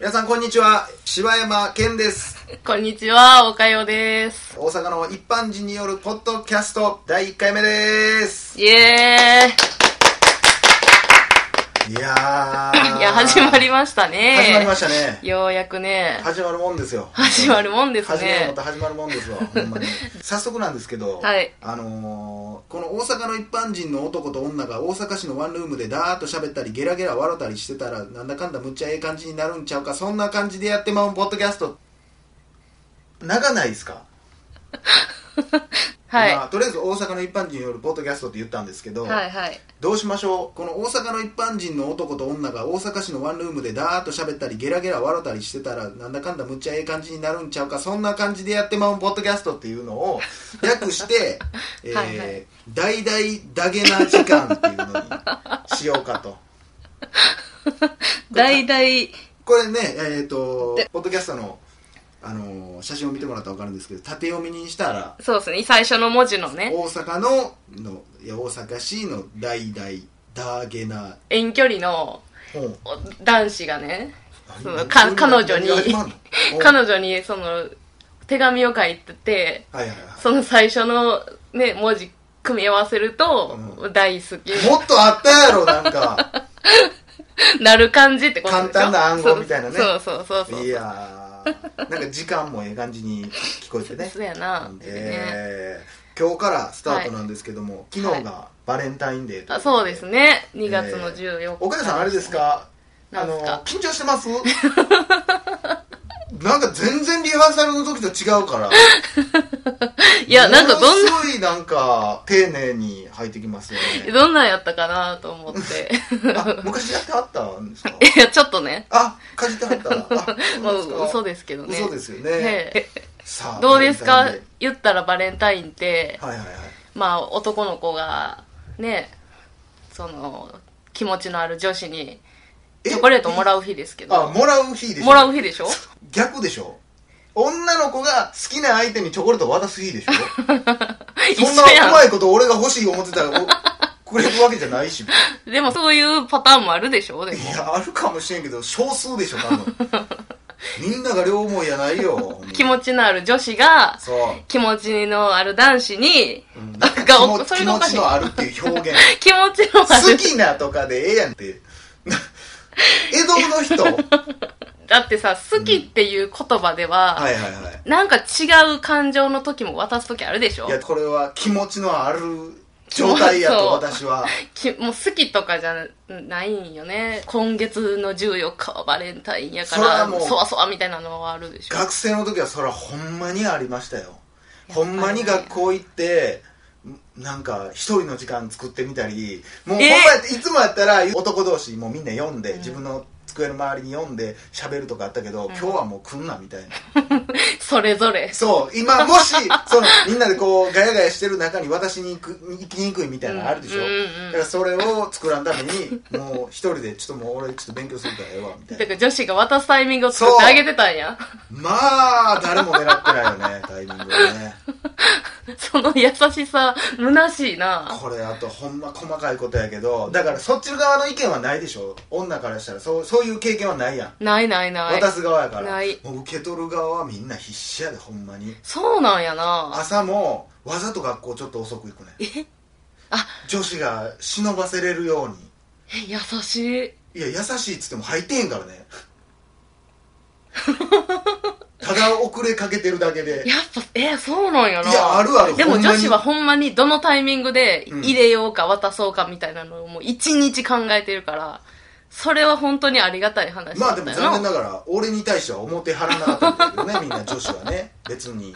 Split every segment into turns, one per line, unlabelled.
皆さんこんにちは柴山健です
こんにちは、おかよです。
大阪の一般人によるポッドキャスト第1回目です
イエ
いや
ー
ー
イ。いや、始まりましたね。
始まりましたね
ようやくね、
始まるもんですよ
始まるもんです
始まるもん
ね
と。始まるもんですわほん まに早速なんですけど、
はい
あのーこの大阪の一般人の男と女が大阪市のワンルームでダーッと喋ったりゲラゲラ笑ったりしてたらなんだかんだむっちゃええ感じになるんちゃうかそんな感じでやってまうポッドキャスト長ないですか
はい。
まあとりあえず大阪の一般人によるポッドキャストって言ったんですけど、
はいはい。
どうしましょうこの大阪の一般人の男と女が大阪市のワンルームでダーッと喋ったりゲラゲラ笑ったりしてたらなんだかんだむっちゃええ感じになるんちゃうかそんな感じでやってまうポッドキャストっていうの を略して「えー
はいはい
大々だげな時間」っていうのにしようかと。
大々、
これね、えっ、と、ポッドキャストの、あのー写真を見てもらったら分かるんですけど、縦読みにしたら、
そうですね、最初の文字のね、
大阪の、のいや大阪市の大々だげな、
遠距離の
うん
お男子がね、その
何
か
何
彼女に
何が始まんのお
彼女にその、手紙を書いてて、
はいはい
その最初のね、文字組み合わせると、
う
大好き
はいもっとあったやろなん か
なる感じってことでしょ
簡単な暗号みたいなね
そうそうそうそう。
いやーなんか時間もええ感じに聞こえてね
そうやな。ね
えー今日からスタートなんですけども、昨日がバレンタインデーと
あそうですね。2月の
え
14日。
岡田さんあれですか
なんすか
あの緊張してます なんか全然リハーサルの時と違うから
いや、なんかどん
も
な、
のすごいなんか丁寧に入ってきますよね
どんなんやったかなと 思って。
あ昔やってはったんですか
いや、ちょっとね。
あかじってはったらあ
も
そうで
う
すか
嘘ですけどね。
嘘ですよね、
ええ
さあ
どうです
バ
か
レン
言ったらバレンタインって、
タインデーはいはいはい
まあ男の子が、ね、その、気持ちのある女子に
え
チョコレートもらう日ですけ
あ
ど、
もらう日でしょ
もらう日でしょ
逆でしょ女の子が好きな相手にチョコレート渡す日でしょ
一
そんな
緒や
うまいこと俺が欲しい思ってたらおくれるわけじゃない しい
ん。でもそういうパターンもあるでしょでも。
やあるかもしれんけど少数でしょ多分 みんなが両思いやないよほんまに
気持ちのある女子が、
そう、
気持ちのある男子に、
うん
が
気持
おそ
気
れがお
持
かし
ち
い
のあるっていう 表現
気持ちのあ
好
る。
きなとかでええやんって 江戸の人は
だってさ、好きっていう言葉では、
いはいはい
なんか違う感情の時も渡す時あるでしょ
いやこれは気持ちのある状態や
そう
と私は
きもう好きとかじゃないんよね。今月の14日はバレンタインやか
それは
ら、
もう
そわそわみたいなのはあるでしょ。
学生の時はそれはほんまにありましたよ
や
ほんまに学校行ってなんか一人の時間作ってみたりもうほんま
え
やいつもやったら男同士もうみんな読んで、自分の机の周りに読んで喋るとかあったけど、今日はもう来んなみたいな
それぞれ。
そう今もしそのみんなでこうガヤガヤしてる中に私に行く行きにくいみたいなのあるでしょ、
うんうんうん
だからそれを作らんためにもう一人でちょっともう俺ちょっと勉強するからええわみたいな
だから女子が渡すタイミングを作ってあげてた んや。
まあ誰も狙ってないよねタイミングはね
その優しさ、虚しいな。
これあとほんま細かいことやけどだからそっち側の意見はないでしょ女からしたらそうそういう経験はないやん
ないないない。
渡す側やから
ない
もう受け取る側はみんな必死やでほんまに
そうなんやな。
朝もわざと学校ちょっと遅く行くねえ
あ
女子が忍ばせれるように
え優しい。
いや優しいっつっても入ってへんから ねただ遅れかけてるだけで
やっぱ、え、そうなんやな。
いやあるある
でも
ほんま
女
に
子はほんまにどのタイミングで
うん
入れようか渡そうかみたいなのをもう一日考えてるから、それは本当にありがたい話
ま
だ
あ
っ
でも
たよ
残
な。
念ながら俺に対しては表張らなかったんだけど ねみんな女子はね別に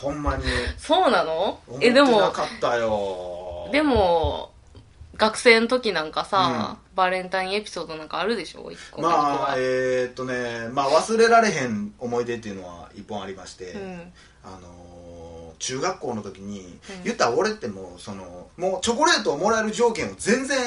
ほんまに
そうなの
思っ
え、
て
で
な
も、
かったよ
でも、学生の時なんかさ、
う
バレンタインエピソードなんかあるでしょ一個。
まあえーっとねまあ忘れられへん思い出っていうのは一本ありまして、
うん。
あのー中学校の時に、
うん
言ったら俺ってもうそのもうチョコレートをもらえる条件を全然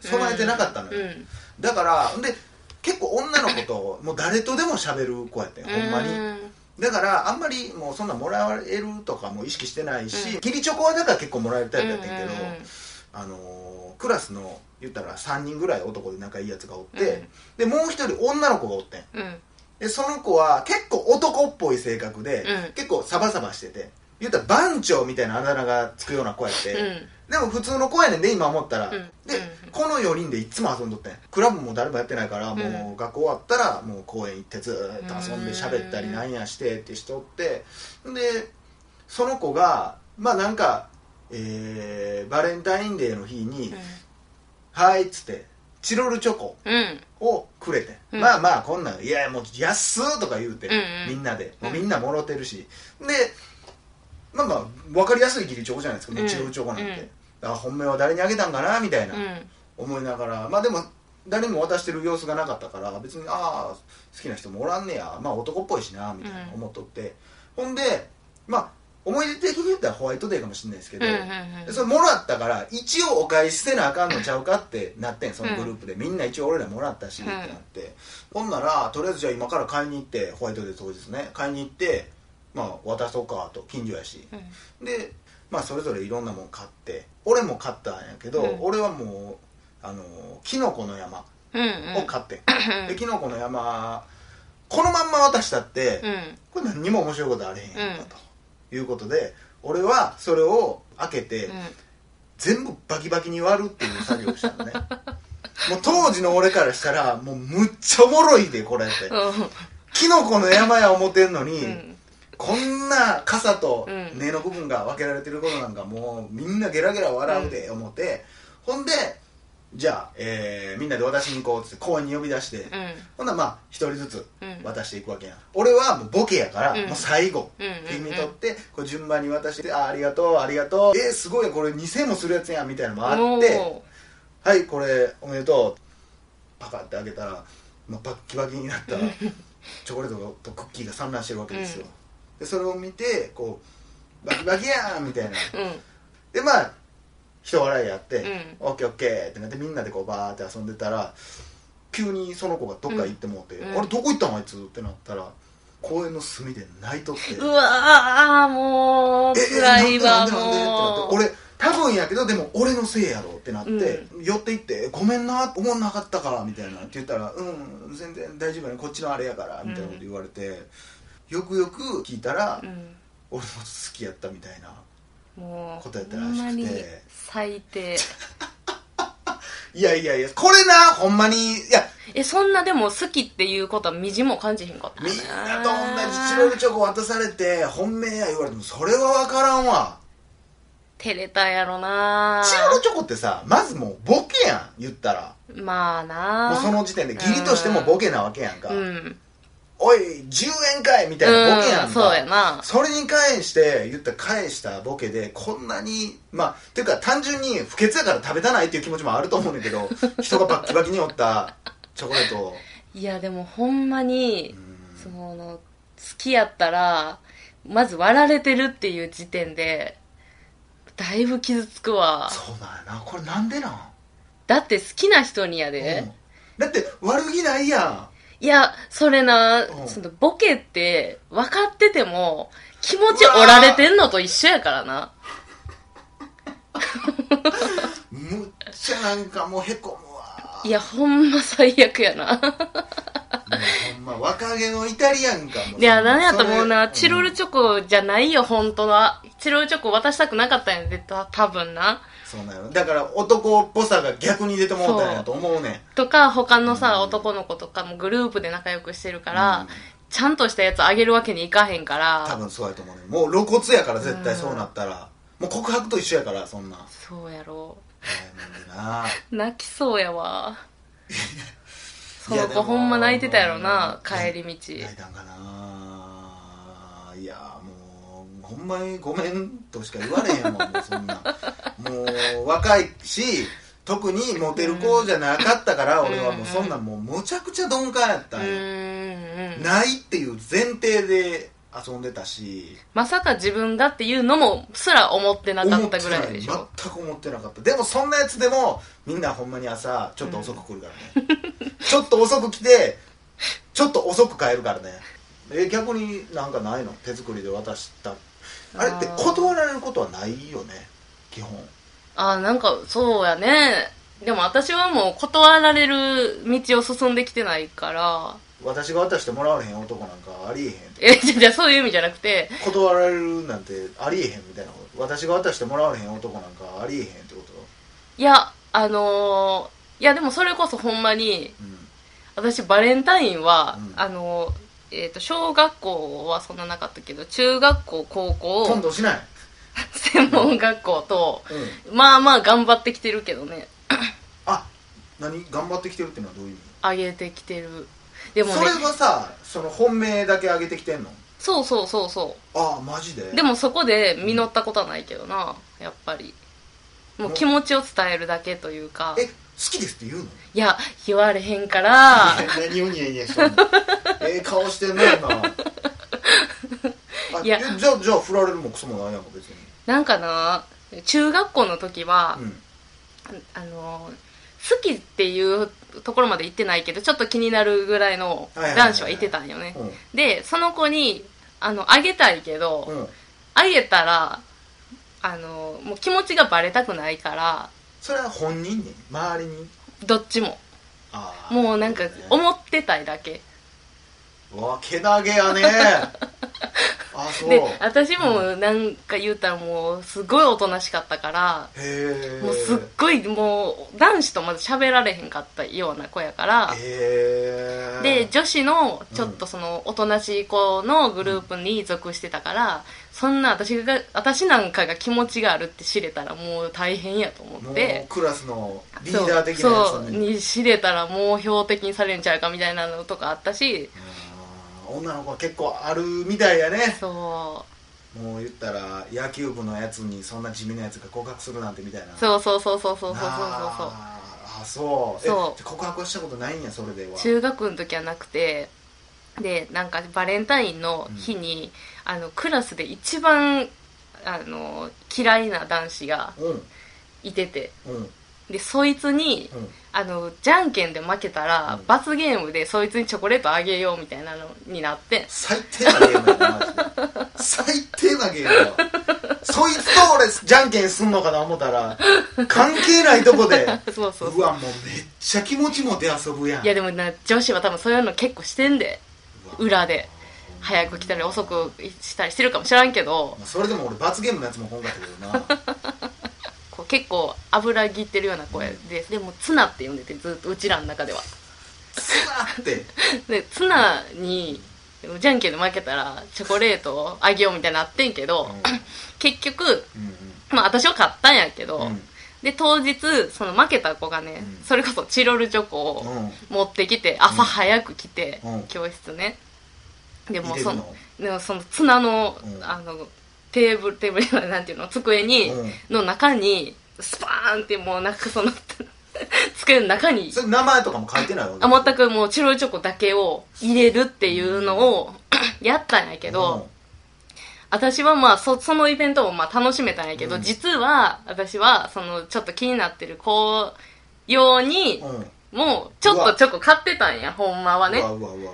備えてなかったのよ、
うん。
だからで結構女の子ともう誰とでも喋る子やったよほんまに
うん
だからあんまりもうそんなもらえるとかも意識してないし、義理チョコはだから結構もらえるタイプやったんやけど、
うんうんうん
あのークラスの言ったら3人ぐらい男で仲いいやつがおって、
うん
でもう一人女の子がおってん
うんうん
でその子は結構男っぽい性格で、
うん
結構サバサバしてて言ったら番長みたいなあだ名がつくような子やって、でも普通の子やねんで今思ったら、
うん
で
うん
この4人でいつも遊んどってんクラブも誰もやってないから、もう学校終わったらもう公園行ってずーっと遊んで喋ったりなんやしてってしとってでその子がまあなんか、えーバレンタインデーの日に「はい」っつってチロルチョコ
うんうん
をくれて、
うん
まあまあこんなん「いやもう安っ!」とか言うて、
うんうん
みんなでもう
うん
みんなもろてるしでまあまあ分かりやすい義理チョコじゃないですか、
うん
チロルチョコなんて、
うん
あ本命は誰にあげたんかなみたいな、
うん
思いながらまあでも誰にも渡してる様子がなかったから別にああ好きな人もおらんねやまあ男っぽいしなみたいな
うん
思っとって、ほんでまあ思い出的に言ったらホワイトデーかもしれないですけど、
うんうんうん
でそれもらったから一応お返しせなあかんのちゃうかってなってんそのグループで、みんな一応俺らもらったし、
うん
ってなってほんならとりあえずじゃあ今から買いに行ってホワイトデー当日ね買いに行ってまあ渡そうかと近所やし
うん
でまあそれぞれいろんなもん買って俺も買ったんやけど、
うん
俺はもうあのキノコの山
うん
を買ってん、 でキノコの山このまんま渡したって、
うん
これ何にも面白いことあれへんやんかと、いうことで俺はそれを開けて、
うん
全部バキバキに割るっていう作業をしたのねもう当時の俺からしたらもうむっちゃおもろいでこれって、キノコの山や思てんのに、
うん
こんな傘と
うん
根の部分が分けられてることなんかもうみんなゲラゲラ笑うで思って、ほんでじゃあ、えーみんなで渡しに行こうっつって公園に呼び出して、
うん
ほんならまあ一人ずつ
うん
渡していくわけやん、俺はもうボケやから、
うん
もう最後、
うん
手
うん
に取ってこう順番に渡して「あーありがとうありがとう」えー、すごいこれ2000もするやつやんみたいなのもあって
お
「はいこれおめでとう」パカって開けたら、まあ、バッキバキにな ったチョコレートとクッキーが散乱してるわけですよ、
うん
でそれを見てこう「バキバキやん!」みたいな
ーうん
でまあ人笑いやって
う
「
ん
オッケーオッケー」ってなってみんなでこうバーって遊んでたら急にその子がどっか行ってもうて「
うん
あれどこ行ったんあいつ」ってなったら公園の隅で泣いとって「
うわーもう
え
辛いわ
なんでなんでなんで?」
もう
ってなって俺多分やけどでも俺のせいやろってなって、寄って行って「ごめんな思んなかったから」みたいなって言ったら「うん全然大丈夫やねこっちのあれやから」みたいなこと言われて、よくよく聞いたら、
うん
俺も好きやったみたいな。
もう
答えたら
ほ
しくて
んまに最低
いやいやいや、これな、ほんまに、いや、
えそんなでも好きっていうことはみじんも感じひんかった
みんなと同じチロルチョコ渡されて本命や言われてもそれは分からんわ
照れたやろな
チロルチョコってさまずもうボケやん言ったら
まあな
もうその時点で義理としてもボケなわけやんか「
うん
おい10円かい!」みたいなボケやんか、
うんそうやな
それに関して言ったら返したボケでこんなにまあっていうか単純に不潔やから食べたないっていう気持ちもあると思うんだけ ど人がバッキバキにおったチョコレートを
いやでもほんまに
うん
その好きやったらまず割られてるっていう時点でだいぶ傷つくわ
そうなんやなこれなんでなん
だって好きな人にやで、
うんだって悪気ないや
いや、それな、
うん
そのボケって分かってても気持ち折られてんのと一緒やからな。
んむっちゃなんかもうへこむわ
いや、ほんま最悪やな。
もうほんま若気のイタリアンかも
いや、何やと思うな、
それ
チロルチョコじゃないよ、本当は。チロルチョコ渡したくなかったんやで、た多分な。
そうなのだから男っぽさが逆に出てもうたんやと思うねん
とか、他のさ、男の子とかもグループで仲良くしてるから、
うん
ちゃんとしたやつあげるわけにいかへんか
多
ら、
分そうやと思うねんもう露骨やから絶対そうなったら、もう告白と一緒やからそんなん
そうやろ。
悩んでな
泣きそうやわ。 そ
いや
の
で
子
も
ほんま泣いてたやろ
う
な、
ん
帰り道。
泣いたんかないやもうほんまにごめんとしか言われへんもんもうそんなもう若いし特にモテる子じゃなかったから、
うん
俺はもうそんなんもうむちゃくちゃ鈍感やった
うん
や、
んうん
ないっていう前提で遊んでたし
まさか自分がっていうのもすら思ってなかったぐらいでし
思っ
ょ
てない全く思ってなかったでもそんなやつでもみんなほんまに朝ちょっと遅く来るからね、ちょっと遅く来てちょっと遅く帰るからねえ逆になんかないの手作りで渡したあれって
あー
断られることはないよね基本
ああなんかそうやねでも私はもう断られる道を進んできてないから、
私が渡してもらわれへん男なんかありえへん
え、じゃじゃそういう意味じゃなくて、
断られるなんてありえへんみたいなこと私が渡してもらわれへん男なんかありえへんってこと
いや、あのーいやでもそれこそほんまに、
う
私バレンタインは、
うん
あのえー、と小学校はそんななかったけど中学校高
ん今
校
度しない、
専門学校と
うん、
まあまあ頑張ってきてるけどね
あ何頑張ってきてるっていうのはどういう意味
上げてきてるでもね
それはさその本命だけ上げてきてんの
そうそうそうそ
ああマジで
うでもそこで実ったことはないけどなやっぱりもう気持ちを伝えるだけというか
え好きですって言うの
いや言われへ んから
いや何をニヤニヤしてんのええ顔してんな今あ
いや
じゃあじゃあ振られるもクソもないやんか別に
なんかな中学校の時は、
うん
あの好きっていうところまで行ってないけどちょっと気になるぐらいの男子はいてたんよね
うん
でその子にあのあげたいけど
うん
あげたらあのもう気持ちがバレたくないから
それは本人に周りに
どっちも
ああ
もうなんか思ってたいだけ
うわけなげやねあそう
で
へ
私もなんか言うたらもうすごいおとなしかったから
え
もうすっごいもう男子とまず喋られへんかったような子やから
へえ
で女子のちょっとそのおとなしい子のグループに属してたから、そんな私が私なんかが気持ちがあるって知れたらもう大変やと思
も
っ
う
て
クラスのリ
そう
ーダー的なやつ
そ
だ
う
ね
に知れたらもう標的にされるんちゃうかみたいなのとかあったし
うん女の子は結構あるみたいやね
そ
もう言ったら野球部のやつにそんな地味なやつが告白するなんてみたいな
う
う
そうそうそうそうそうそうそうそう
あーそう
そう
え告白はしたことないんやそれでは
中学の時はなくてでなんかバレンタインの日に、あのクラスで一番あの嫌いな男子が
うん
いてて
うんうん
でそいつにあのじゃんけんで負けたら、
うん
罰ゲームでそいつにチョコレートあげようみたいなのになって
最低なゲームやなマジで最低なゲームやわそいつと俺じゃんけんすんのかな思ったら関係ないとこで
そうそう
う
そう
わもうめっちゃ気持ちも出遊ぶやん
いやでもな女子は多分そういうの結構してんで
うわ
裏で早く来たり遅くしたりしてるかもしらんけど
まあそれでも俺罰ゲームのやつも本かったけどな
こう結構油ぎってるような声ででもツナって呼んでてずっとうちらの中では
すわって
でツナにじゃんけんで負けたらチョコレートをあげようみたいになってんけど、結局、
うん
まあ、私は買ったんやけど、
うんうん
で当日その負けた子がね、
うん
それこそチロルチョコを
うん
持ってきて朝早く来て、
うん
教室ねでも
入れ
そ
る
の
の
でもそのツナの,、
うん
あのテーブルテーブルじゃないなんていうの机に、
うん
の中にスパーンってもうなんかその 机の中に
それ名前とかも書いてないわけ
あ全くもうチロルチョコだけを入れるっていうのをやったんやけど、私はまあそそのイベントもまあ楽しめたんやけど、
うん
実は私はそのちょっと気になってる子用に
うん、うん
もうちょっとチョコ買ってたんやほんまはね
うわうわうわ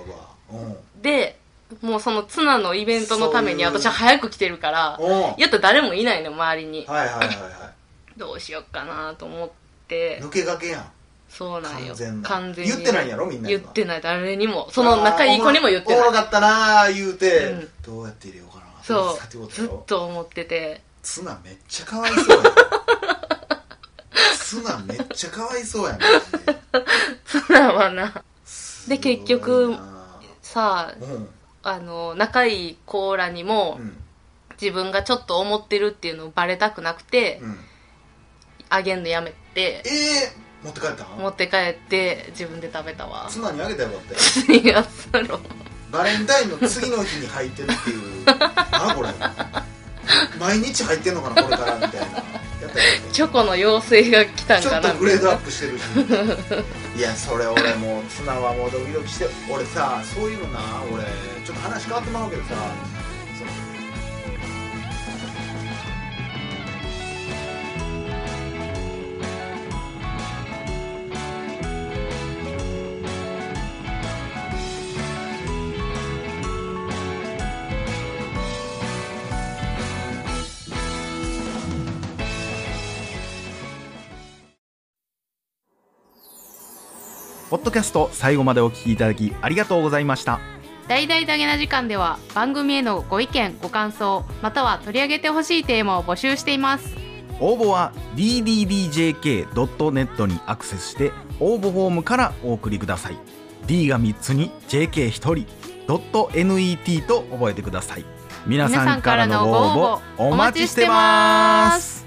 うわ
でもうそのツナのイベントのために
そういう
私は早く来てるから
うんうんはい
やったら誰もいないの周りに
はいはいは
どうしよっかなと思っ
い
て
抜けがけやん
そうなん
完
よ
全な
に
言ってないんやろみんな
言
今
ってない誰にもその仲いい子にも言って
あー
な
おもろ
い
かったなー言うて、
うん
どうやって入れようかな
そ
ってこ
う
と
ずっ
やろ
と思ってて
ツナめっちゃかわいそうやんツナめっちゃかわいそうやんマジで
ツナはな
すご
で
いな
結局さあ
うん
あの仲いい子らにも
うん
自分がちょっと思ってるっていうのをバレたくなくて
うん
あげんのやめ
え
て
ー、持って帰ったん
持って帰って自分で食べたわ
ツナにあげたらよかったよ
いやそろ
バレンタインの次の日に入ってるっていうなあこれ毎日入ってんのかなこれからみたいなやったらよかった
チョコの妖精が来たん
ちょ
か
っ
な
と
み
グ
た
レ
い
ードア
な
ップしてるしいやそれ俺もうツナはもうドキドキして俺さそういうのな俺ちょっと話変わってまうけどさそのポッドキャスト最後までお聞きいただきありがとうございました
大々だげな時間では番組へのご意見ご感想または取り上げてほしいテーマを募集しています
応募は ddjk.net にアクセスして応募フォームからお送りください D が3つに JK1 人 .net と覚えてください皆さんからのご応募お待ちしてます